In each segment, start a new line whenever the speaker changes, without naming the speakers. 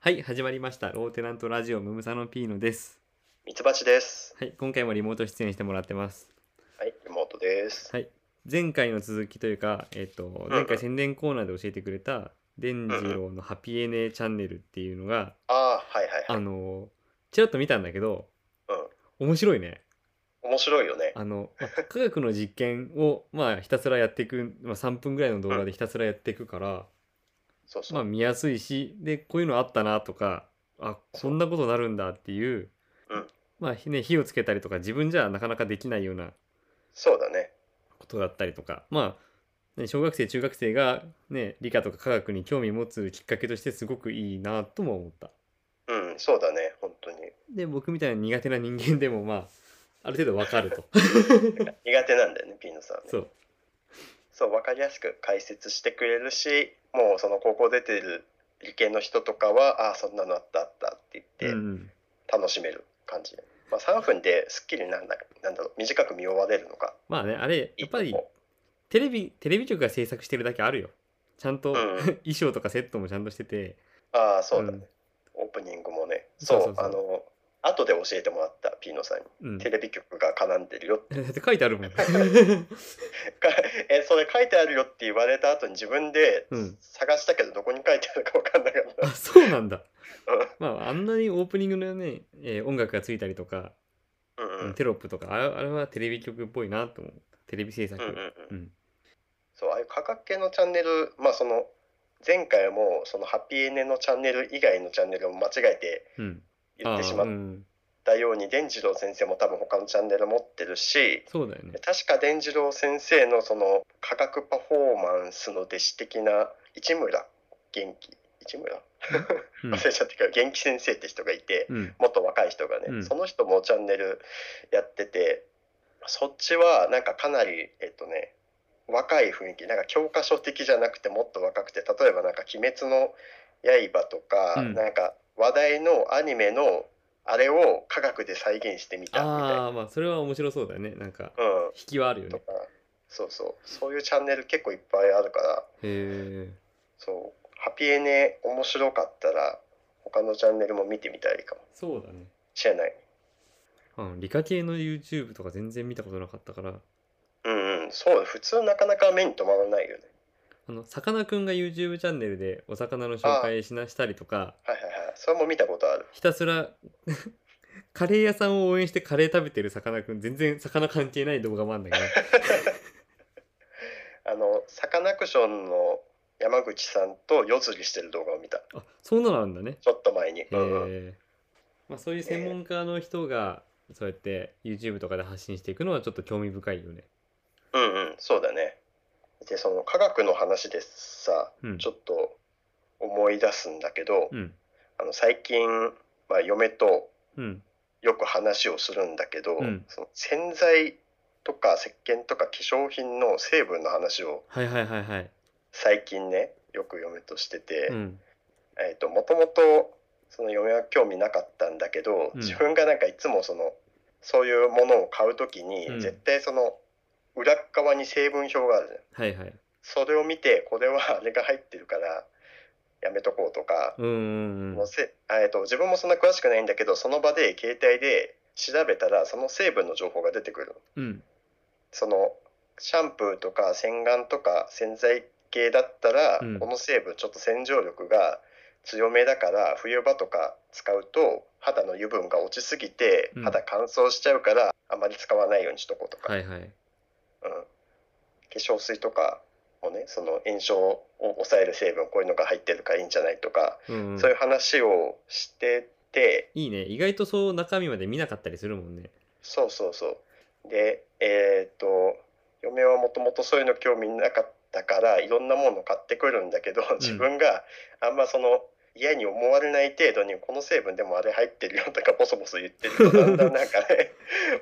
はい、始まりました。ローテナントラジオムムサノピーノです。
ミツバチです。
はい、今回もリモート出演してもらってます。
はい、リモートです。
はい、前回の続きというか、えっと、
ん
前回宣伝コーナーで教えてくれた、デンジローのハピエネチャンネルっていうのが、
ああ、はいはいはい。
あの、ちらっと見たんだけど、
うん。
面白いね。
面白いよね。
あの、まあ科学の実験を、まあ、ひたすらやっていく、まあ、3分ぐらいの動画でひたすらやっていくから、
そうそ
まあ、
う。
見やすいしでこういうのあったなとかあこんなことなるんだっていう、
うん
まあひね、火をつけたりとか自分じゃなかなかできないような
そうだね。
ことだったりとかまあ、ね、小学生中学生が、ね、理科とか科学に興味持つきっかけとしてすごくいいなとも思った。
うん、そうだね。本当に。
で僕みたいな苦手な人間でもまあある程度わかると
苦手なんだよね、ピーノさん、ね。
そう
そう、わかりやすく解説してくれるし、もうその高校出てる理系の人とかは、ああ、そんなのあったあったって
う
言って、
ん、
楽しめる感じ。まあ、3分ですっきりなんだ、なんだろう、短く見終われるのか。
まあねあれ
い
や
い
っ
と
ぱ
こ
りテレビテレビ局が制作してるだけあるよちゃんと、
う
衣
ん。
装とかセットもちゃんとしてて
ああ、そうだね、
うん
オープニングもね。
そう
そ
そう
う、
そう
あの、後で教えてもらった、ピーノさんに。
うん
テレビ局が絡んでるよって
だって書いてあるもん。
か えそれ書いてあるよって言われた後に自分で
うん
探したけどどこに書いてあるか分かんなかった
あ、そうなんだ。
う
まあ、あんなにオープニングのね、えー音楽がついたりとか、
んうんうん
テロップとか、あれあれはテレビ局っぽいなと思う。テレビ制作。
うんうんう
うんん
そうああいう科学系のチャンネルまあその前回もそのハッピーエネのチャンネル以外のチャンネルを間違えて
うん。
言ってし
あ
ま
ーう
っ
ん。
たように伝次郎先生も多分他のチャンネル持ってるし
そうだよね。
確か伝次郎先生のその科学パフォーマンスの弟子的な市村元気市村
うん
忘れちゃったけど元気先生って人がいて、
うん。
もっと若い人がね、
うん
その人もチャンネルやっててそっちはなんかかなりえっとね若い雰囲気なんか教科書的じゃなくてもっと若くて例えばなんか「鬼滅の刃」とか、
うん
なんか話題のアニメのあれを科学で再現してみたみたい
あ
な、
あ、まあ、それは面白そうだよね。なんか、
う
引きはあるよ
ん、と
ね。
かそうそうそういうチャンネル結構いっぱいあるから
へえ。
そうハピエネ面白かったら他のチャンネルも見てみたいかも
そうだね。
しれない。
うん、理科系の YouTube とか全然見たことなかったから、
うんうん、そう普通なかなか目に留まらないよね。
あの、さかなクンが YouTube チャンネルでお魚の紹介しなしたりとか、
はいはいはい。それも見たことある。
ひたすら カレー屋さんを応援してカレー食べてるさかなクン全然魚関係ない動画もあるんだけど
あの、サカナクションの山口さんと夜釣りしてる動画を見た。
あそうなのあるんだね
ちょっと前に。
へ
うんうん
え、まあ、そういう専門家の人がそうやって YouTube とかで発信していくのはちょっと興味深いよね
うんうん、そうだね。で、その科学の話でさ、
うん
ちょっと思い出すんだけど、
うん
あの最近、まあ、嫁と
うん
よく話をするんだけど、
うん
その洗剤とか石鹸とか化粧品の成分の話を
はいはいはいはい
最近ね、よく嫁としてて、
うん
えー、ともともとその嫁は興味なかったんだけど、
うん
自分がなんかいつもそのそういうものを買うときに、
うん
絶対その裏っ側に成分表があるじゃん
はいはい
それを見てこれは あれが入ってるからやめとこうとか、
うんうんう
も
ん
うせえー、と自分もそんな詳しくないんだけどその場で携帯で調べたらその成分の情報が出てくるの
うん
そのシャンプーとか洗顔とか洗剤系だったら、
うん
この成分ちょっと洗浄力が強めだから冬場とか使うと肌の油分が落ちすぎて
うん
肌乾燥しちゃうからあまり使わないようにしとこうとか、
はいはい
うん、化粧水とかもねその炎症を抑える成分こういうのが入ってるからいいんじゃないとか、
うん、うん
そういう話をしてて。
いいね意外とそう中身まで見なかったりするもんね
そうそうそう。で、えっと、嫁はもともとそういうの興味なかったから、いろんなもの買ってくるんだけど、自分があんまその、嫌に思われない程度に、この成分でもあれ入ってるよとか、ボソボソ言ってると、だんだんなんか ね、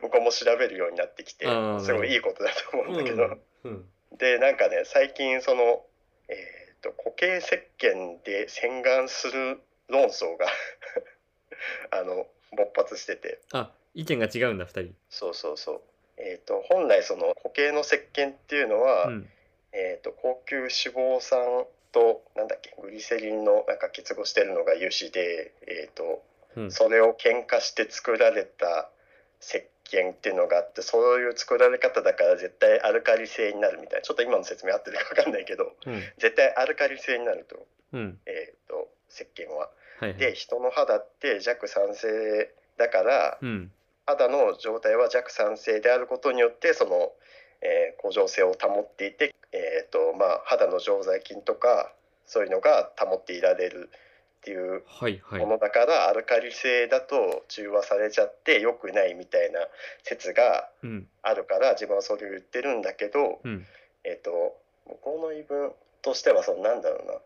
向こうも調べるようになってきて
あー、
すごいいいことだと思うんだけど。
うん、うん、
で、なんかね、最近その、えっと、固形石鹸で洗顔する論争が あの、勃発してて。
あ意見が違うんだ二人
そうそうそう。えっ、と本来その固形の石鹸っていうのは、
うん
えっ、と高級脂肪酸となんだっけグリセリンのなんか結合してるのが油脂で、えーと
うん
それを喧嘩して作られた石鹸っていうのがあってそういう作られ方だから絶対アルカリ性になるみたいなちょっと今の説明合ってるか分かんないけど
うん
絶対アルカリ性になると,、
うん
えー、と石鹸は。
はいはい
で人の肌って弱酸性だから
うん
肌の状態は弱酸性であることによってその、えー、向上性を保っていて、えーとまあ、肌の常在菌とかそういうのが保っていられるっていう
はいはい
ものだから、アルカリ性だと中和されちゃって良くないみたいな説が
うん
あるから自分はそれを言ってるんだけど、
うん
えっ、と向こうの言い分としてはそのなんだろうな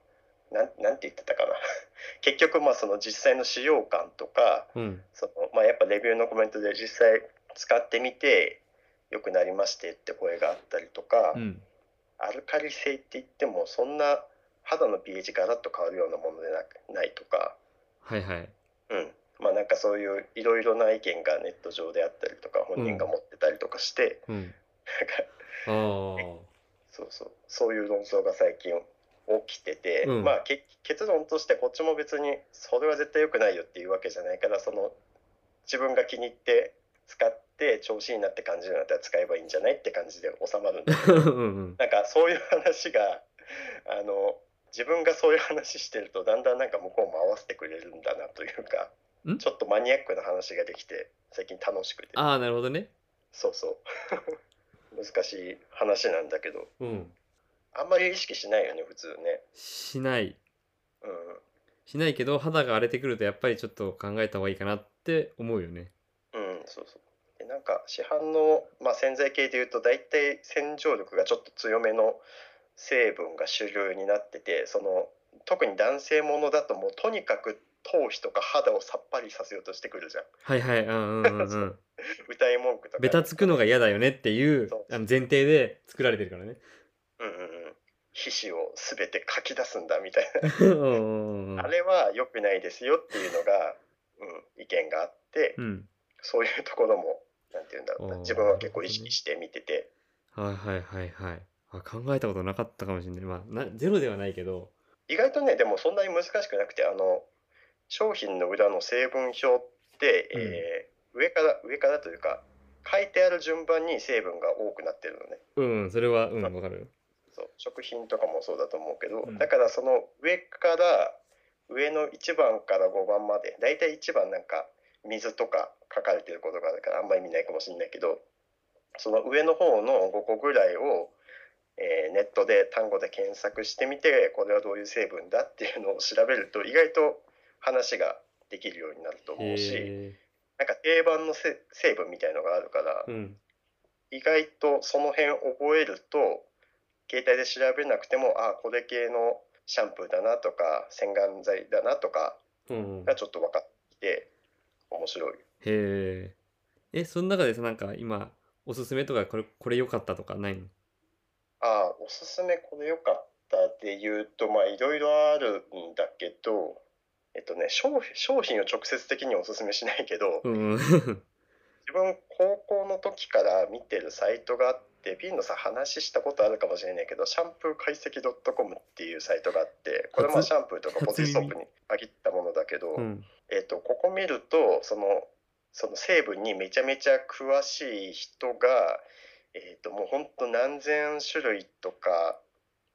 なんなんて言ってたかな 結局まあその実際の使用感とか
うん
そのまあ、やっぱレビューのコメントで実際使ってみて良くなりましてって声があったりとか、
うん
アルカリ性って言ってもそんな肌の pH ガラッと変わるようなものでなくないとか、
はいはい
うん、まあなんかそういういろいろな意見がネット上であったりとか本人が持ってたりとかして、
うん
なんか
ああ
そうそうそういう論争が最近起きてて、
うん
まあけ結論としてこっちも別にそれは絶対良くないよっていうわけじゃないからその自分が気に入って使って調子になって感じるんだったら使えばいいんじゃないって感じで収まるん だけど
うんうん
なんかそういう話があの自分がそういう話してるとだんだんなんか向こうも合わせてくれるんだなというか
ん
ちょっとマニアックな話ができて最近楽しくて
ああなるほどね
そうそう 難しい話なんだけど
うん
あんまり意識しないよね普通ね。
しない
うん、
しないけど肌が荒れてくるとやっぱりちょっと考えた方がいいかなって思うよね
うん、そうそう。でなんか市販の、まあ、洗剤系でいうと大体洗浄力がちょっと強めの成分が主流になっててその特に男性ものだともうとにかく頭皮とか肌をさっぱりさせようとしてくるじゃん
はいはいうんうん うんうん
歌い文句とか
ベタつくのが嫌だよねっていう
そう
あの前提で作られてるからね
うんうんうん皮脂を全てかき出すんだみたい
うんうんうんうん
な あれは良くないですよっていうのが、うん、意見があって
うん
そういうところもなんて言うんだろうな
あー
自分は結構意識して見てて
はいはいはいはいあ考えたことなかったかもしれないまあなゼロではないけど
意外とねでもそんなに難しくなくてあの商品の裏の成分表って、
うん
えー上から上からというか書いてある順番に成分が多くなってるのね
うんうんそれはうんわかる
そう食品とかもそうだと思うけど、
うん
だからその上から上の1番から5番までだいたい1番なんか水とか書かれてることがあるからあんまり見ないかもしれないけどその上の方の5個ぐらいを、えーネットで単語で検索してみてこれはどういう成分だっていうのを調べると意外と話ができるようになると思うし
へ
なんか定番のせ成分みたいのがあるから
えうん
意外とその辺覚えると携帯で調べなくてもあこれ系のシャンプーだなとか洗顔剤だなとか
うんうん
がちょっと分かって面白い。
へえ。え、その中でさ、なんか今、おすすめとか、これ、これ良かったとかないの
あおすすめこれ良かったで言うとまあいろいろあるんだけどえっとね商商品を直接的にはおすすめしないけど
うんうん。
自分高校の時から見てるサイトがあってビンのさ話したことあるかもしれないけどシャンプー解析 .com っていうサイトがあってこれまあ
初
シャンプーとかボディーソープ
初
に限ったものだけど、
うん。
えっとここ見るとそのその成分にめちゃめちゃ詳しい人が、えっともうほんと何千種類とか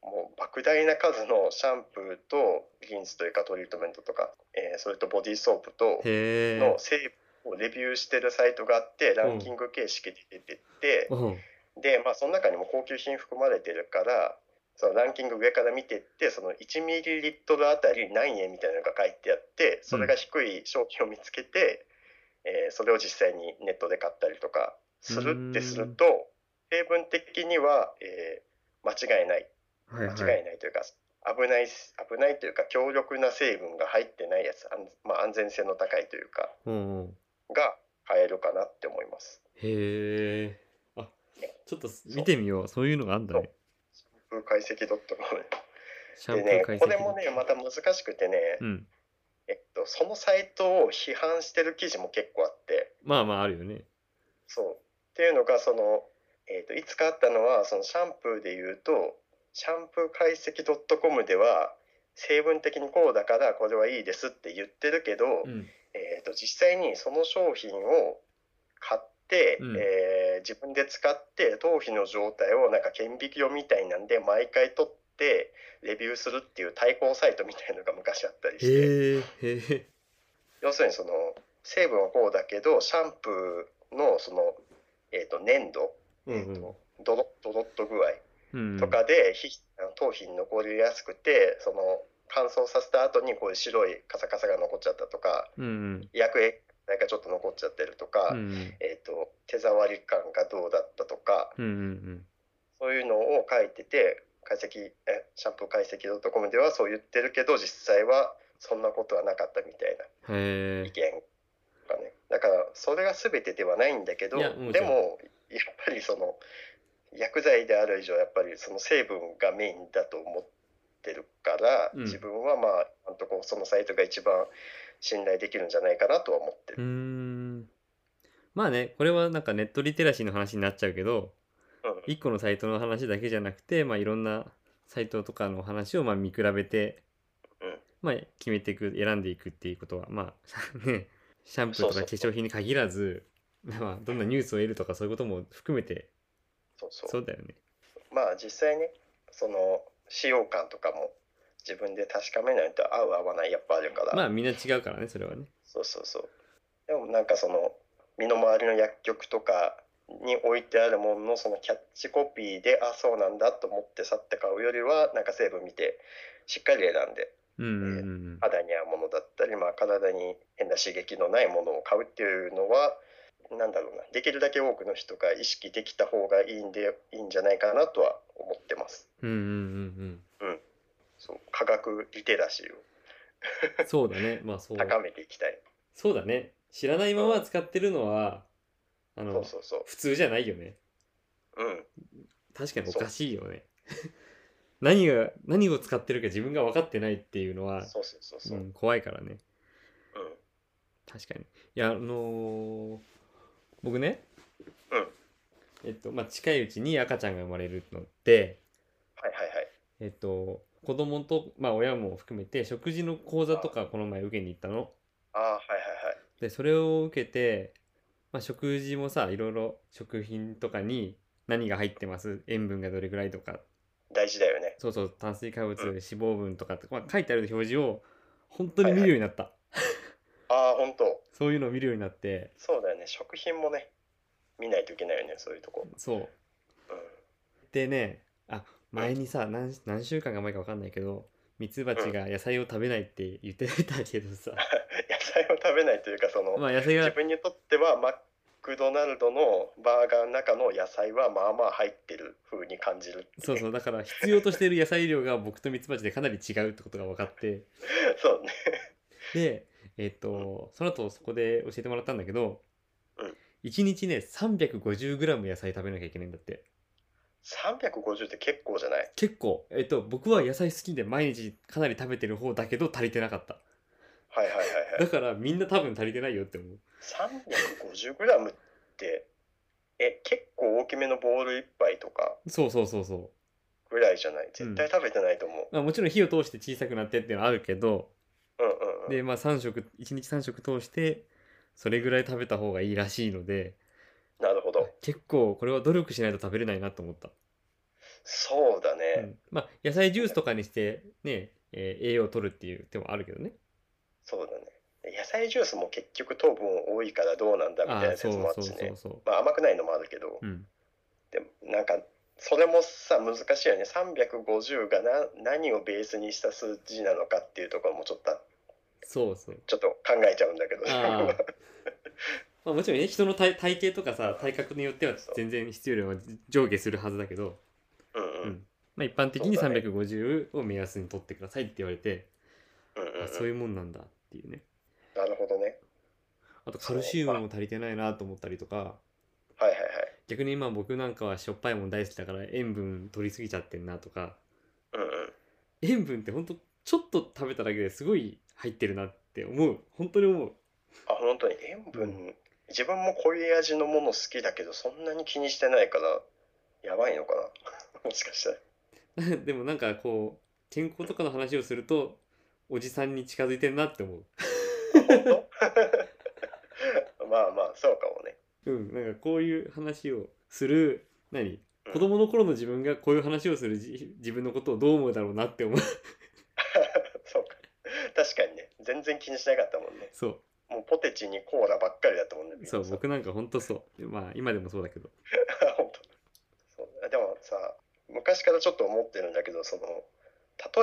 もう莫大な数のシャンプーとリンスというかトリートメントとか、えーそれとボディーソープと。
へえ
の。成分をレビューしてるサイトがあってランキング形式で出てって、
うん。
で、まあ、その中にも高級品含まれてるからそのランキング上から見てってその1ミリリットルあたり何円みたいなのが書いてあってそれが低い商品を見つけて、えーそれを実際にネットで買ったりとかするってすると成分的には、えー間違いない
はい
間
は
違
い。
いないというか、危ない危ないというか強力な成分が入ってないやつ、安まあ、安全性の高いというか。
うんうん。
が買えるかなって思います。
へえ。あ、ちょっと見てみよう。そういうのがあんだね。
風解析 .com
シャ
で
ンプー
ね
解析。
これもねまた難しくてね、
うん。
えっと、そのサイトを批判してる記事も結構あって
まあまああるよね。
そうっていうのがその、えっと、いつかあったのはそのシャンプーで言うとシャンプー解析 .com では成分的にこうだからこれはいいですって言ってるけど、
うん
えー、と実際にその商品を買って、
うん
えー自分で使って頭皮の状態をなんか顕微鏡みたいなんで毎回取ってレビューするっていう対抗サイトみたいのが昔あったりして
へえへえ
要するにその成分はこうだけどシャンプーのその、えー、と粘度、
うん
えーとドロッドロッと具合
うん
とかで、皮あの頭皮に残りやすくてその乾燥させた後にこういう白いカサカサが残っちゃったとか
うん
薬液なんかちょっと残っちゃってるとか、
うん
えー、と手触り感がどうだったとか
うんうん
そういうのを書いてて解析えシャンプー解析 .com ではそう言ってるけど実際はそんなことはなかったみたいな
へ
意見がねだからそれが全てではないんだけど
い
で
や
も
もち
やっ
ろん
ぱりその薬剤である以上やっぱりその成分がメインだと思ってるから、
うん
自分はまああのとこそのサイトが一番信頼できるんじゃないかなとは思っ
え
て
う
る。
んまあねこれはなんかネットリテラシーの話になっちゃうけど
うん
一個のサイトの話だけじゃなくてまあいろんなサイトとかの話をまあ見比べて、
うん
まあ決めていく選んでいくっていうことはまあ ねシャンプーと
そう
か化
そうそう
粧品に限らず まあどんなニュースを得るとかそういうことも含めて
そうそう
そうだよね
まあ実際ねその使用感とかも自分で確かめないと合う合わないやっぱあるから、
まあみんな違うからねそれはね
そうそうそうでもなんかその身の回りの薬局とかに置いてあるもののそのキャッチコピーであそうなんだと思って去って買うよりはなんか成分見てしっかり選んで
うんうんうん
肌に合うものだったり、まあ、体に変な刺激のないものを買うっていうのはなんだろうなできるだけ多くの人が意識できた方がいいんでいいんじゃないかなとは思ってます。
うんうんうん
そう科学リテラシーを
うんそうだねまあそう
高めていきたい。
そうだね知らないまま使ってるのはあ
そう
の
そうそう。
普通じゃないよね
うん。
確かにおかしいよね 何が何を使ってるか自分が分かってないっていうのは
そうそうそうそうう。
ん、怖いからね
うん。
確かにいやあのー僕ね
うん
えっとまあ近いうちに赤ちゃんが生まれるので
はいはいはい。
えっと子供とまあ親も含めて食事の講座とかこの前受けに行ったの
ああ、はいはいはい。
でそれを受けて、まあ、食事もさいろいろ食品とかに何が入ってます塩分がどれぐらいとか
大事だよね。
そうそう炭水化物、
うん
脂肪分とかって、まあ、書いてある表示を本当に見るようになった、
ああ、本当。
そういうのを見るようになって
そうだよね。食品もね、見ないといけないよね、そういうとこ。
そう
うん。
でねあ前にさ何何週間か前か分かんないけどミツバチが野菜を食べないって言ってたけど さ、
野菜を食べないというか、その、
まあ野菜
自
が
分にとってはマクドナルドのバーガーの中の野菜はまあまあ入ってる風に感じる ってい
そうそうだから必要としてる野菜量が僕とミツバチでかなり違うってことが分かって
そうね。
で、えっ、と、その後そこで教えてもらったんだけど、
うん
一1日ね、350g 野菜食べなきゃいけないんだって。
350って結構じゃない
結構、えっ、と、僕は野菜好きで毎日かなり食べてる方だけど足りてなかった。
はいはいはいはい
だ。からみんな多分足りてないよって思う。
350g ってえ結構大きめのボール1杯とか
そうそうそうそ
ぐらいじゃない絶対食べてないと思う
う。、まあもちろん火を通して小さくなってっていうのはあるけど、
うん、うんうん
で、まあ3食、1日3食通して、それぐらい食べた方がいいらしいので、
なるほど
結構これは努力しないと食べれないなと思った。
そうだ
う
ね、
ん、まあ野菜ジュースとかにしてね、えー栄養を取るっていう手もあるけどね。
そうだね野菜ジュースも結局糖分多いからどうなんだみ
あ
たいな
ーそ
説
う
もあ
そ
る
う
し
そ
ね
うそ
まあ甘くないのもあるけど
う。うん。
でもなんかそれもさ難しいよね350がな何をベースにした数字なのかっていうところもちょっと
そうそう。
ちょっと考えちゃうんだけど
あーまあもちろんね、人の体体型とかさ、体格によっては全然必要量は上下するはずだけど、
うんうん
うんまあ一般的に
そうだね
350を目安に取ってくださいって言われて、
うんうん
あそううんいうもんなんだっていうね。
なるほどね
あとカルシウムも足りてないなと思ったりとか、
はいはいはい
逆に今僕なんかはしょっぱいもん大好きだから塩分取りすぎちゃってんなとか、
うんうん
塩分ってほんとちょっと食べただけですごい入ってるなって思う。本当に思う。
あ本当に塩分、
う
自分も濃い味のもの好きだけどそんなに気 にしてないからやばいのかなもしかしたら
でもなんかこう健康とかの話をするとおじさんに近づいてるなって思
本当まあまあそうかもね
ううんなんかこういう話をする何
うん
子供の頃の自分がこういう話をするじ自分のことをどう思うだろうなって思う
そうか確かにね全然気にしなかったもんね
そう
もうポテチにコーラばっかりだったもんね
そう
皆さん
僕なんかほんとそうでまあ今でもそうだけど
本当そうでもさ昔からちょっと思ってるんだけどその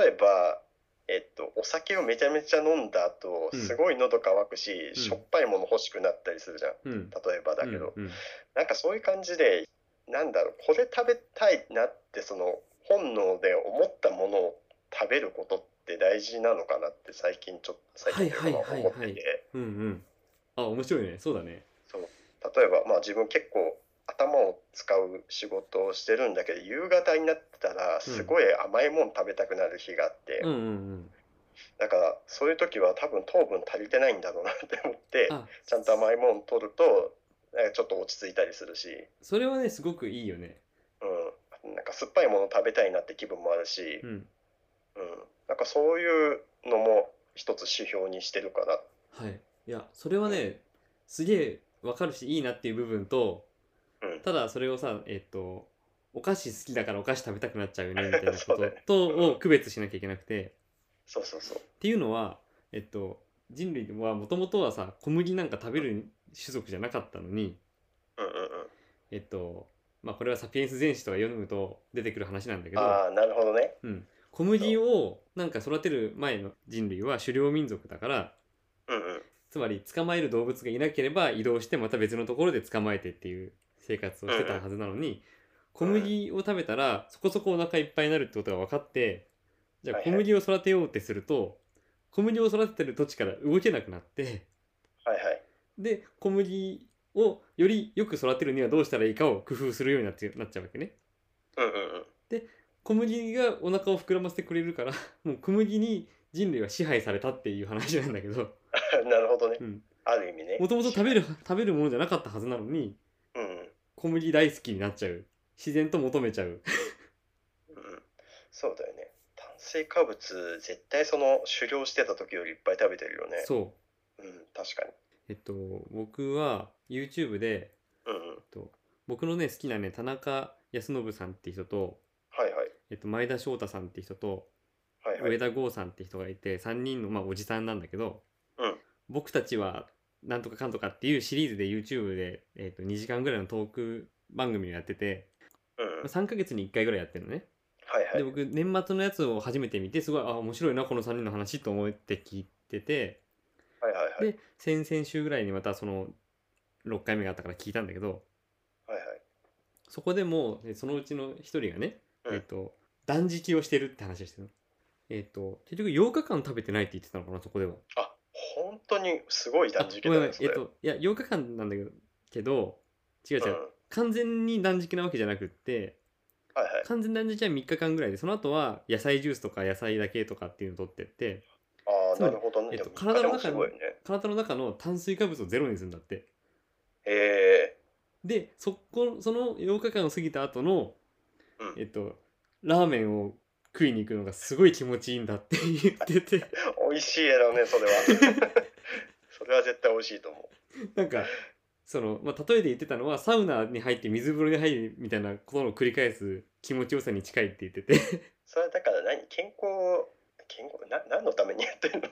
例えば、えっと、お酒をめちゃめちゃ飲んだ後
うん
すごい喉乾くし、
ん
しょっぱいもの欲しくなったりするじゃん
うん
例えばだけど、
うんうん
なんかそういう感じでなんだろうこれ食べたいなってその本能で思ったものを食べることって大事なのかなって最近ちょっと最近と
は
いうか
いはいはい
まあ
はい
思ってて。
うんうんあ面白いねそうだね
例えば、まあ、自分結構頭を使う仕事をしてるんだけど夕方になったらすごい甘いもん食べたくなる日があって、
うんうんうん
だからそういう時は多分糖分足りてないんだろうなって思って
あ
ちゃんと甘いもん取るとなんかちょっと落ち着いたりするし、
それはねすごくいいよね
うん、なんか酸っぱいもの食べたいなって気分もあるし、
うん
うん、なんかそういうのも一つ指標にしてるかな。
はいいやそれはねすげえわかるしいいなっていう部分と
うん
ただそれをさえっ、とお菓子好きだからお菓子食べたくなっち ゃうよねみたいな
そ
こ
うだね
ととを区別しなきゃいけなくて
そうそうそう
っていうのはえっと人類はもともとはさ小麦なんか食べる種族じゃなかったのに
うんうんうん
えっとまあこれはサピエンス全史とか読むと出てくる話なんだけど
ああなるほどね。
うん、小麦をなんか育てる前の人類は狩猟民族だから
うんうん
つまり捕まえる動物がいなければ移動してまた別のところで捕まえてっていう生活をしてたはずなのに小麦を食べたらそこそこお腹いっぱいになるってことが分かってじゃあ
はい
小
はい
麦を育てようってすると小麦を育ててる土地から動けなくなって
はいはい。
で小麦をよりよく育てるにはどうしたらいいかを工夫するようになってなっちゃうわけね。
うんうんうん
小麦がお腹を膨らませてくれるから もう小麦に人類は支配されたっていう話なんだけど
なるほどね、
うん
ある意味ね
もともと食べる食べるものじゃなかったはずなのに
うんうん、
小麦大好きになっちゃう自然と求めちゃう
うん、そうだよね炭水化物絶対その狩猟してた時よりいっぱい食べてるよね、
そう
ん、確かに
うえっと僕は YouTube で、
うんうん
えっと、僕のね好きなね田中康信さんって人と、
はいはい
えっと、前田翔太さんって人と
はいはい
上田剛さんって人がいて3人の、まあ、おじさんなんだけど、
うん
僕たちはなんとかかんとかっていうシリーズで YouTube で、えっと2時間ぐらいのトーク番組をやってて、
うん
まあ、3ヶ月に1回ぐらいやってるのね。
はいはい
で僕年末のやつを初めて見てすごいあ面白いなこの3人の話と思って聞いてて
はいはいはい
で先々週ぐらいにまたその6回目があったから聞いたんだけど
はいはい
そこでもえそのうちの1人がね、
うん
えっと断食をしてるって話をしてるの。えっと結局8日間食べてないって言ってたのかなそこでは。
あ本当にすごい
あ
断食
ご
だ
めんごめ
ね
ん
そ
え
れ
っといや8日間なんだけどけど違う違
うん
う、完全に断食なわけじゃなくって
はいはい
完全断食は3日間ぐらいでその後は野菜ジュースとか野菜だけとかっていうのを取ってって。
あ
つ
あ
ま
な
り
るほどね、
えっと
でも
体の中に
でもすごいね
体の中の炭水化物をゼロにするんだって
え
でそこその8日間を過ぎた後の
えうん
えっとラーメンを食いに行くのがすごい気持ちいいんだって 言ってて
美味しいやろうねそ れはそれは絶対美味しいと思
なんかその、まあ、例えで言ってたのはサウナに入って水風呂に入るみたいなことの繰り返す気持ちよさに近いって言ってて
うそれはだから何健康健康な何のためにやっ てるの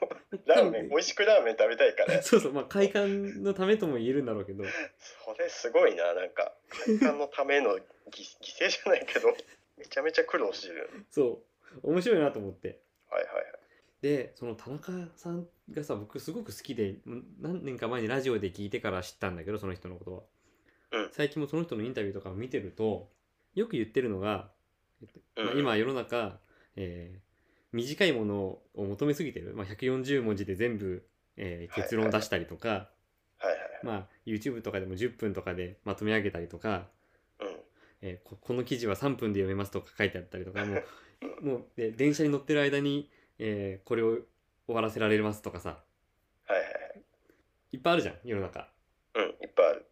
ラーメン美味しくラーメン食べたい から
そうそうまあ快感のためとも言えるんだろうけど
それすごいななんか快感のためのぎ犠牲じゃないけどめちゃめちゃ苦労してる
そう面白いなと思って
はいはい
でその田中さんがさ僕すごく好きでん何年か前にラジオで聞いてから知ったんだけどその人のことは、
うん
最近もその人のインタビューとかを見てるとよく言ってるのが、えっと
うん
まあ、今世の中、えー短いものを求めすぎてる、まあ、140文字で全部、えー
はい
結論を出したりとか、
はい
まあ、YouTube とかでも10分とかでまとめ上げたりとか、
はいはい
えーここの記事は3分で読めますとか書いてあったりとかもう もうで電車に乗ってる間に、えーこれを終わらせられますとかさ
うんはいはい
いっぱいあるじゃん世の中
はいうんいっぱいある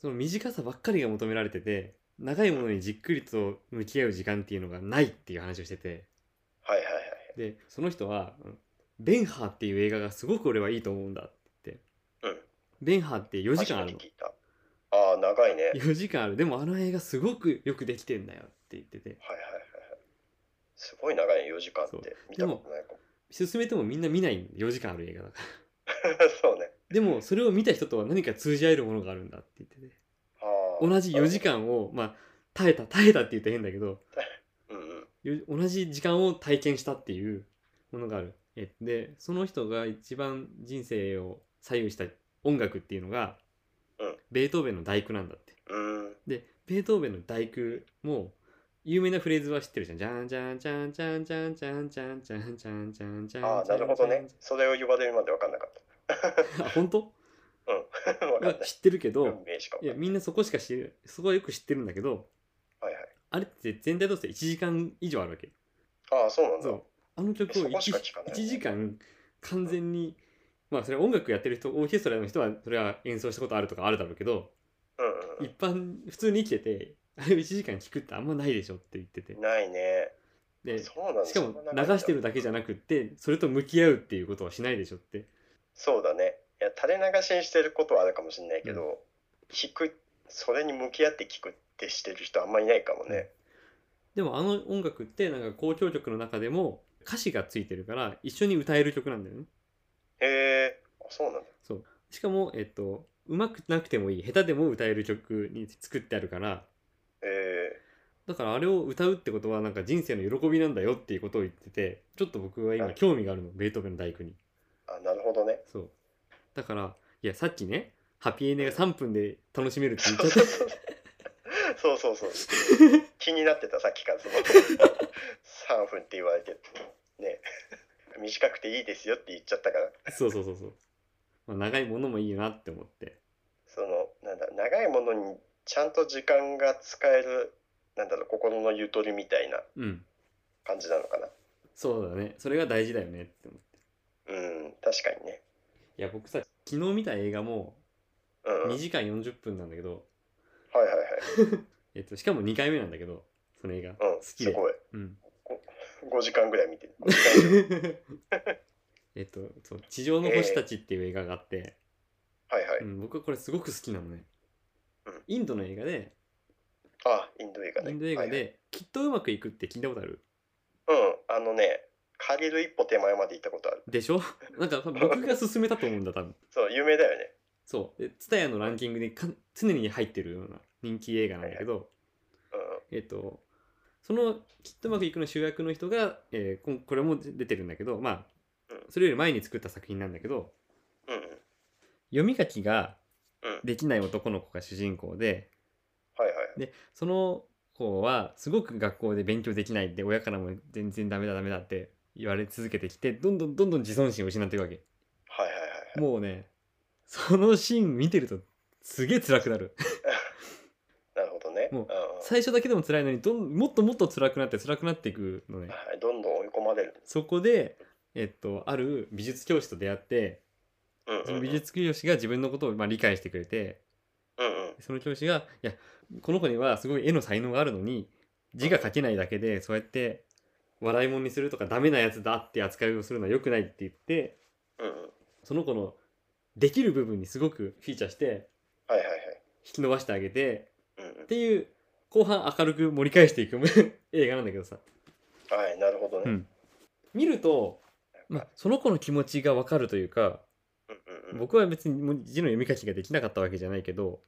その短さばっかりが求められてて長いものにじっくりと向き合う時間っていうのがないっていう話をしてて
はいはいはい
でその人はうん「ベンハー」っていう映画がすごく俺はいいと思うんだって言って、
うん
ベンハーって4時間あるの
初めて聞いたああ長いねはいはいはい
4時間あるでもあの映画すごくよくできてんだよって言ってて
はいすごい長いね4時間っ
そう
て見たことないかも
勧めてもみんな見ないんで4時間ある映画だから
そうね
でもそれを見た人とは何か通じ合えるものがあるんだって言ってて
ああ
同じ4時間をまあ耐えた耐えたって言ったら変だけど
うんうん
よ同じ時間を体験したっていうものがあるえでその人が一番人生を左右した音楽っていうのが、
うん
ベートーベンの「第九」なんだって
うん
でベートーベンの「第九」も有名なフレーズは知ってるじゃん「じゃんじゃんじゃんじゃんじゃんじゃんじゃんじゃんじゃんじゃんじゃんじゃん」
ああなるほどねそれを言われるまで分かんなかっ
あ本当
た 分かんない
知ってるけど
運命しか
い
分
や
かんない
みんなそこしか知るそこはよく知ってるんだけど
はいはい
あれって全体として1時間以上あるわけ
ああそうなんだ
そうあの曲を
そ
1,
こしか聞かないよね
時間完全に、まあそれは音楽やってる人オーケストラの人はそれは演奏したことあるとかあるだろうけど、
うんうん
一般普通に生きててあれを1時間聞くってあんまないでしょって言ってて
うんないね
でし
そうなんだ
かも流してるだけじゃ
ない
なくってそれと向き合うっていうことはしないでしょって
そうだねいや垂れ流しにしてることはあるかもしれないけど、聞くそれに向き合って聞くってしてる人あんまりいないかもね、
でもあの音楽ってなんか交響曲の中でも歌詞がついてるから一緒に歌える曲なんだよね
へえあそうなんだ
そうしかもえっとうまくなくてもいい下手でも歌える曲に作ってあるから
え
だからあれを歌うってことはなんか人生の喜びなんだよっていうことを言っててちょっと僕は今
はい
興味があるのベートーベンの大工に
ー、あなるほどね
そうだからいやさっきねハッピーエンディングが3分で楽しめるって
そ
言
う
っちゃっ
そ
た
うそうそうそうそう気になってたさっきからその3分って言われてね短くていいですよって言っちゃったから
そうそうそうそう、まあ、長いものもいいよなって思って
そのなんだ長いものにちゃんと時間が使えるなんだろう心のゆとりみたいな
うん
感じなのかな
そうだねそれが大事だよねって思って
うん確かにね
いや僕さ昨日見た映画も
うんうん
2時間40分なんだけど、
はいはいはい
えっと、しかも2回目なんだけどその映画、
うん
好き
す
で
ごい
うん
5時間ぐらい見てる5時間以上
えっとそう「地上の星たち」っていう映画があって、
はいはい、
うん、僕はこれすごく好きなのね、
うん
インドの映画で
あインド映画ね
インド映画
はいはい
で「きっとうまくいく」って聞いたことある
うんあのね借りる一歩手前まで行ったことある
で しょなんか多分僕が勧めたと思うんだ多分
そう有名だよね
そうで TSUTAYA のランキングにかん常に入ってるような人気映画なんだけど、えっとその「きっとうまくいく」の主役の人が、えーこんこれも出てるんだけどまあ
うん
それより前に作った作品なんだけど
うんうん
読み書きが
うんうん
できない男の子が主人公で
はいはい
でその子はすごく学校で勉強できないって親からも全然ダメだダメだって言われ続けてきてどんどんどんどん自尊心を失っていくわけ
はいはいはいはい
もうねそのシーン見てるとすげえ辛くなる
なるほどね
もうん
ん
最初だけでも辛いのにどんもっともっと辛くなって辛くなっていくのね
はいどんどん追い込まれる
そこでえっとある美術教師と出会って
うんうん
その美術教師が自分のことをまあ理解してくれて
うんうん
その教師が「いやこの子にはすごい絵の才能があるのに字が書けないだけでそうやって笑いもんにするとかダメなやつだって扱いをするのは良くない」って言って
うんうん
その子のできる部分にすごくフィーチャーして
はいはいはい
引き伸ばしてあげて
うんうん
っていう後半明るく盛り返していく 映画なんだけどさ
はい、なるほど
う
ね。
ん見ると、まあ、その子の気持ちがわかるというか
うんうんうん
僕は別にもう字の読み書きができなかったわけじゃないけど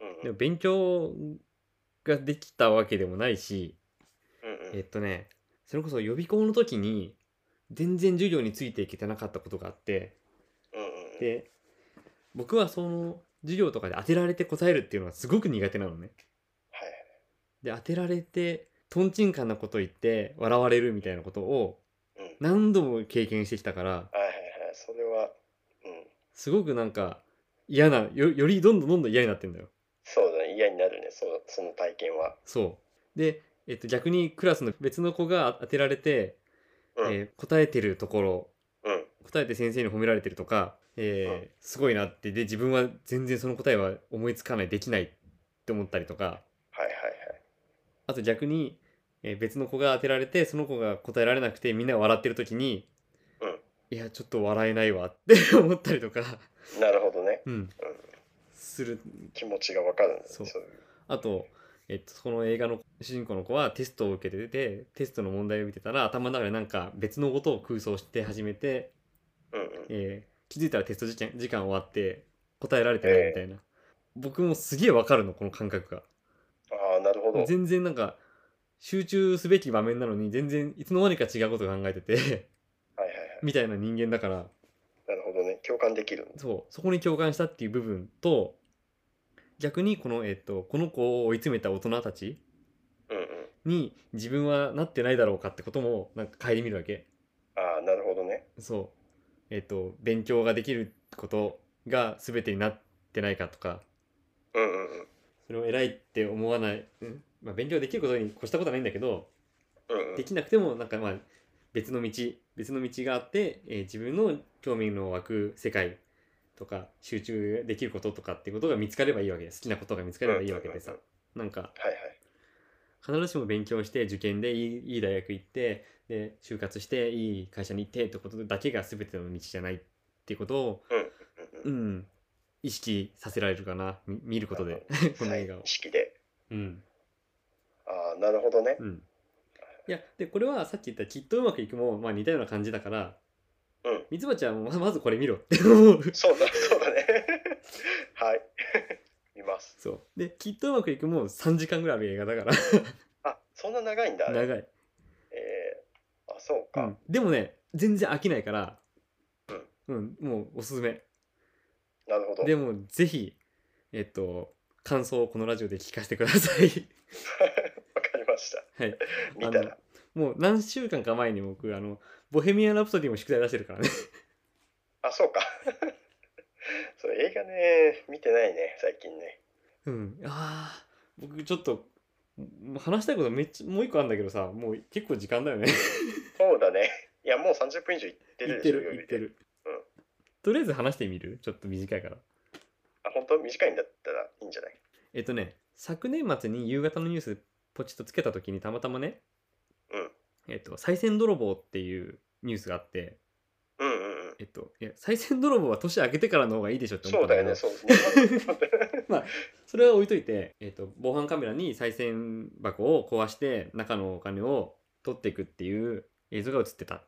うん
で
う
も
ん
勉強ができたわけでもないし
うんう
えっ
ん
とねそれこそ予備校の時に全然授業についていけてなかったことがあって
うんうん
で僕はその授業とかで当てられて答えるっていうのはすごく苦手なのね
はい
で当てられてとんちんかんなこと言って笑われるみたいなことを
はいうん
何度も経験してきたから
はいはいはい、それは、うん、
すごくなんか嫌なよよりどんどんどんどん嫌になってんだよ
そうだね、嫌になるね、そうその体験は。
そうで、えっと、逆にクラスの別の子が当てられて、
うん、
えー答えてるところ
うん、
答えて先生に褒められてるとか、えーすごいなってで自分は全然その答えは思いつかないできないって思ったりとか
はいはいはい。
あと逆に、えー別の子が当てられてその子が答えられなくてみんなが笑ってる時に、
うん
いやちょっと笑えないわって 思ったりとか、
なるほどね。
うん、する
気持ちがわかるんです
そうあと、えっと、その映画の主人公の子はテストを受けててテストの問題を見てたら頭の中でなんか別のことを空想して始めて、
うんうん。
えー気づいたらテスト時間時間終わって答えられてないみたいな、僕もすげえわかるのこの感覚が。
ああ、なるほど。
全然なんか集中すべき場面なのに全然いつの間にか違うこと考えてて
はいはいはい。
みたいな人間だから
なるほどね。共感できるんです。
そうそこに共感したっていう部分と逆にこの,、えっとこの子を追い詰めた大人たち
うんうん。
に自分はなってないだろうかってこともなんか顧みるわけ
ああ、なるほどね。
そうえっ、と勉強ができることが全てになってないかとか
うんうんうん。
それを偉いって思わない、うんまあ、勉強できることに越したことはないんだけど
うんうん
できなくてもなんかまあ別の道別の道があって、えー自分の興味の湧く世界とか集中できることとかっていうことが見つかればいいわけです好きなことが見つかればいいわけでさ
うんうん
なんか
はいはい。
必ずしも勉強して受験でいいいい大学行ってで就活していい会社に行ってってことだけが全ての道じゃないっていうことを、
うんう
うんん、意識させられるかなみ見ることでこの映画を
はい意。識で。
うん
ああ、なるほどね。
うん、いやでこれはさっき言った「きっとうまくいくも」まあ、似たような感じだから
うん
ミツバチは ままずこれ見ろって思う
そうだ、そうだね。 はい。 見ます。
そうで「きっとうまくいくも」3時間ぐらいある映画だか
あ、そんな長いんだ。あ
ら
れ
長い、
えー、あ、そう
う
か。
ん、でもね全然飽きないからうん、もうおすすめ
なるほど。
でもぜひえっと感想をこのラジオで聞かせてください
わかりました。
はい
見たら。
もう何週間か前に僕あの「ボヘミアン・ラプソディ」も宿題出してるからね
あ、そうか。 そう、映画ね、見てないね、最近ね。
うんああ僕ちょっともう話したいことめっちゃもう一個あるんだけどさもう結構時間だよね
そうだね。いや、もう30分以上いって
言っ
る
て
でしょ、
る
夜
言ってる、
うん
とりあえず話してみるちょっと短いから
あ、本当短いんだったらいいんじゃない
えっとね昨年末に夕方のニュースポチッとつけた時にたまたまね、
うん
えっと「賽銭泥棒」っていうニュースがあって
うんうんうん。
えっといや賽銭泥棒は年明けてからの方がいいでしょって思
そ
った
うん
だ
だ
け
よ
ど
ね、 そうですね。
それは置いといて、えっと防犯カメラに賽銭箱を壊して中のお金を取っていくっていう映像が映ってた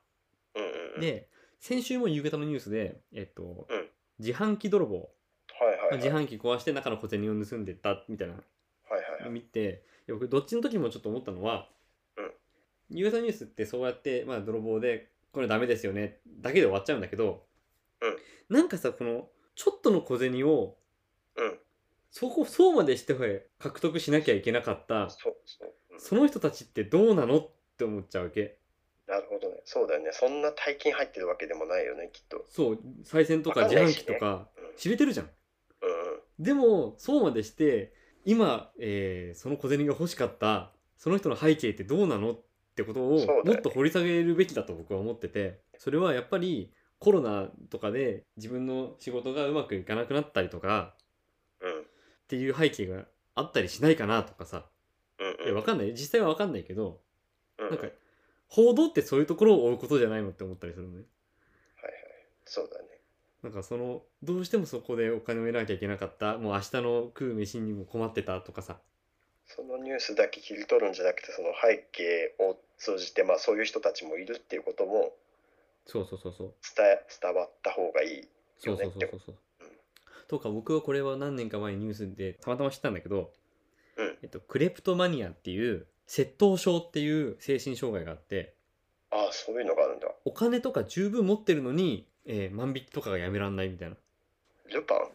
うんうんうん。
で先週も夕方のニュースで、えっと
うん
自販機泥棒、
はいはいはい。
自販機壊して中の小銭を盗んでったみたいな
はいはいはい。
見ていや僕どっちの時もちょっと思ったのは、
うん
夕方ニュースってそうやって、まあ、泥棒でこれダメですよねだけで終わっちゃうんだけど、
うん
なんかさこのちょっとの小銭を
うん。
そこそうまでして獲得しなきゃいけなかった
そうそう。うん
その人たちってどうなのって思っちゃうわけ
なるほどね。そうだよね。そんな大金入ってるわけでもないよね、きっと。
そう再銭とか
わかん
自
ない
販
し
機とか
うん
知れてるじゃん
うんうん。
でもそうまでして今、えーその小銭が欲しかったその人の背景ってどうなのってことを
そうだよね
もっと掘り下げるべきだと僕は思っててそれはやっぱりコロナとかで自分の仕事がうまくいかなくなったりとか
うん
っていう背景があったりしないかなとかさ
うん
い
うん。
やわかんない実際はわかんないけど
うんう。
なんんか
はい
報道ってそういうところを追うことじゃないのって思ったりするのね
はい。そうだね。
なんかそのどうしてもそこでお金を得なきゃいけなかったもう明日の食う飯にも困ってたとかさ
そのニュースだけ切り取るんじゃなくて、その背景を通じて、まあそういう人たちもいるっていうことも
そうそうそうそう
伝え、伝わった方がいい。
そうそう
よ
そう
ね
そうそう
うん。
とか僕はこれは何年か前にニュースでたまたま知ったんだけど、
うん
えっと、クレプトマニアっていう窃盗症っていう精神障害があって
ああ、そういうのがあるんだ。
お金とか十分持ってるのに、えー万引きとかがやめらんないみ たいな
ルパン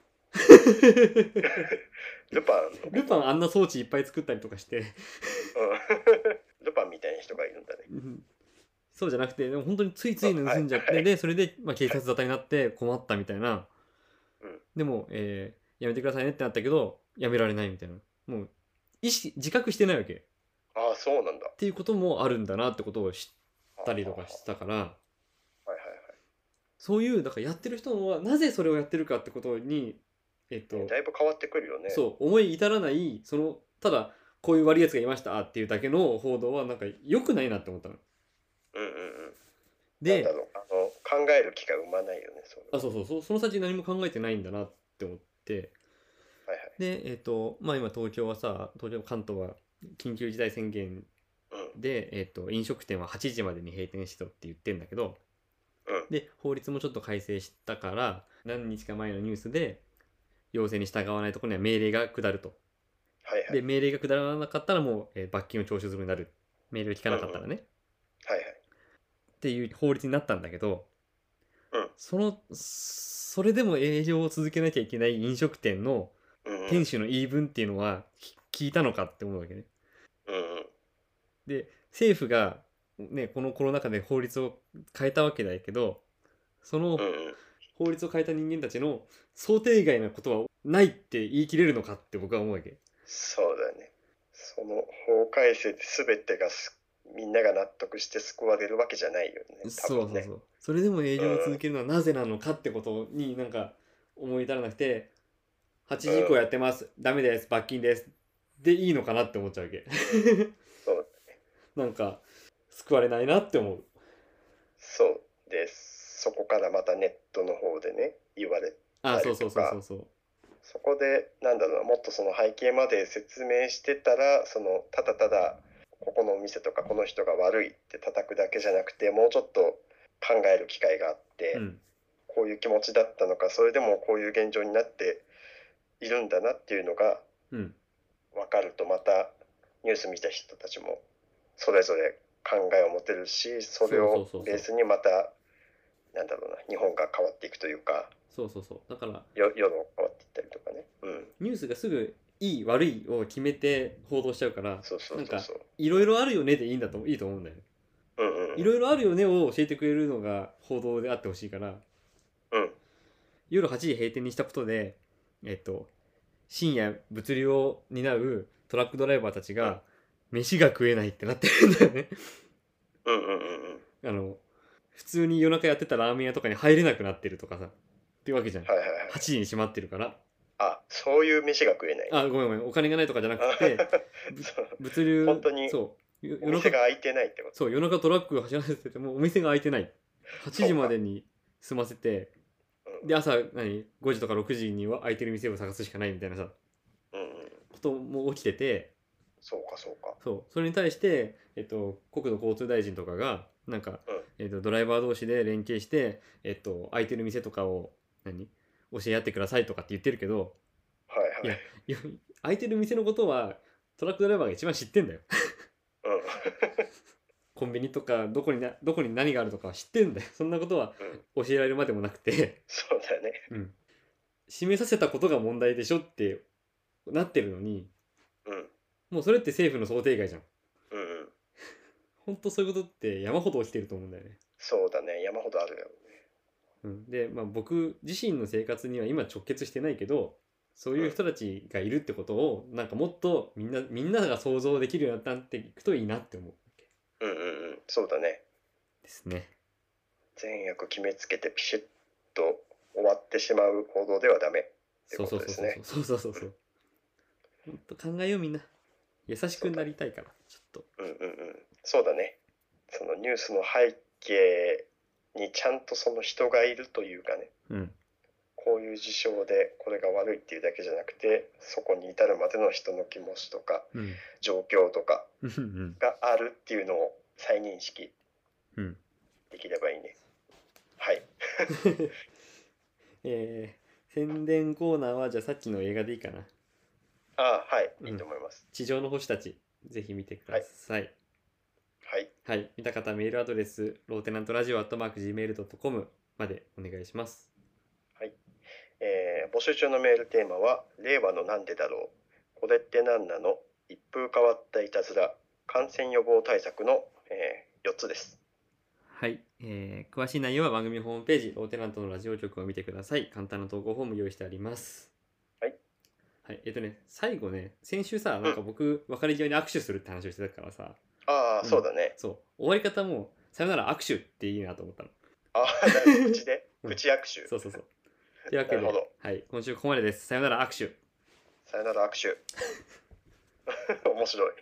ルパン
ルパンあんな装置いっぱい作ったりとかして
うん、ルパンみたいな人がいるんだね。
うんそうじゃなくてでも本当についつい盗んじゃって、
はいはい
でそれで、まあ、警察沙汰になって困ったみたいな、
うん
でも、えーやめてくださいねってなったけどやめられないみたいなもう意識自覚してないわけ
ああ、そうなんだ。
っていうこともあるんだなってことを知ったりとか
は
したから
いはいは
そういうだからやってる人はなぜそれをやってるかってことにえっと
い。だいぶ変わってくるよね。
そう思い至らないそのただこういう悪いやつがいましたっていうだけの報道はなんか良くないなって思ったの。
うんうんうん。なん
で
だろうあの考える機会生まないよねそれ
あそうそうそうその先何も考えてないんだなって思って
はい
でえっ、とまあ今東京はさ東京関東は緊急事態宣言
はい。
で、えっと飲食店は8時までに閉店しろって言ってんだけど、
うん
で法律もちょっと改正したから何日か前のニュースで要請に従わないところには命令が下ると
はいはい。
で命令が下らなかったらもう、えー罰金を徴収するようになる命令を聞かなかったらね、
はいはい。
っていう法律になったんだけど、
うん
そのそれでも営業を続けなきゃいけない飲食店の
うんうん。
店主の言い分っていうのはき聞いたのかって思うわけね。
うんうん。
政府が、ね、このコロナ禍で法律を変えたわけだけどその
うんうん。
法律を変えた人間たちの想定外なことはないって言い切れるのかって僕は思うわけ。
そうだね。その法改正で全てがすみんなが納得して救われるわけじゃないよね。多
そう
分
そう
ね
そう。それでも営業を続けるのはなぜなのかってことになんか思い至らなくて、8時以降やってます、ダメです、罰金です。でいいのかなって思っちゃうわけ。
そう
なんか、救われないなって思う。
そうでそこからまたネットの方でね言われ
あ、
はい
そうそうそうそうそう。
そこでなんだろうなもっとその背景まで説明してたらそのただただここのお店とかこの人が悪いって叩くだけじゃなくてもうちょっと考える機会があって、
うん。
こういう気持ちだったのかそれでもこういう現状になっているんだなっていうのが
うん。
分かるとまたニュース見た人たちもそれぞれ考えを持てるしそ
そうそ
れ
う
を
そうそう
ベースにまたなんだろうな日本が変わっていくというか
そうそうそう。だから、
世世論が変わっていったりとかね、うん、
ニュースがすぐいい悪いを決めて報道しちゃうから、
そうそうそうそう
いろいろあるよねでいいんだといいと思うんだよね。
うんうんうん
いろいろあるよねを教えてくれるのが報道であってほしいから、
うん
夜8時閉店にしたことで、えっと、深夜物流を担うトラックドライバーたちが、飯が食えないってなってるんだよね。
うんうんうんうん
あの、普通に夜中やってたラーメン屋とかに入れなくなってるとかさ、っていうわけじゃん。
はいはいはい
8時に閉まってるから。
あそういう飯が食えない
あ、ごめんごめん、お金がないとかじゃなく て、
そう
物流、
本当に
そう、よ
お
夜
店
中、
が開いてないってこと
そう、夜中トラックを走らせてても、お店が開いてない。8時までに済ませて、
うん
で、朝、何、5時とか6時には開いてる店を探すしかないみたいなさ、
うんうん
ことも起きてて、
そうかそうか
そうそれに対して、えっと、国土交通大臣とかがなんか、えっと、ドライバー同士で連携して、えっと、空いてる店とかを何教え合ってくださいとかって言ってるけど
はい
い
は
や
い
いや空いてる店のことはトラックドライバーが一番知ってんだよ
うん
コンビニとかどこになどこに何があるとかは知ってんだよ そんなことは
うん
教えられるまでもなくて、
そうだね
うん、締めさせたことが問題でしょってなってるのに
うん
もうそれって政府の想定外じゃん
うんうん
本当そういうことって山ほど起きてると思うんだよね
そうだね山ほどあるよ
うん、で、まあ、僕自身の生活には今直結してないけどそういう人たちがいるってことをなんかもっとみんなみんなが想像できるようになっていくといいなって思う
うんうんうんそうだね
ですね。
善悪決めつけてピシッと終わってしまう報道ではダメて
そうそ
こと
う
で
そうそうそう
すね
そうそうそう。本当考えようみんな優しくなりたいからちょっと
うんうんうんそうだねそのニュースの背景にちゃんとその人がいるというかね
うん
こういう事象でこれが悪いっていうだけじゃなくてそこに至るまでの人の気持ちとか
うん
状況とか
うんうん
があるっていうのを再認識
うん。
できればいいねはい
えー、宣伝コーナーはじゃあさっきの映画でいいかな
ああは
うん
いいいと思います、
地上の星たちぜひ見てください
はい
はい、見た方メールアドレスローテナントラジオアットマーク Gmail.com までお願いします。
えー募集中のメールテーマは「令和のなんでだろうこれってなんなの一風変わったいたずら感染予防対策の」え4つです。
はい、えー詳しい内容は番組ホームページローテナントのラジオ局を見てください。簡単な投稿フォーム用意してあります。
はい。
はい、えっ、とね、最後ね、先週さ、なんか僕、別れ際に握手するって話をしてたからさ、
あ
う
あ
ん
そうだね。
そう、終わり方も、さよなら握手っていいなと思ったの。
ああなるほど口で
うん
口握手
そうそうそう。というわけで、
なるほど
はい、今週ここまでです。さよなら握手。
さよなら握手。 面白い。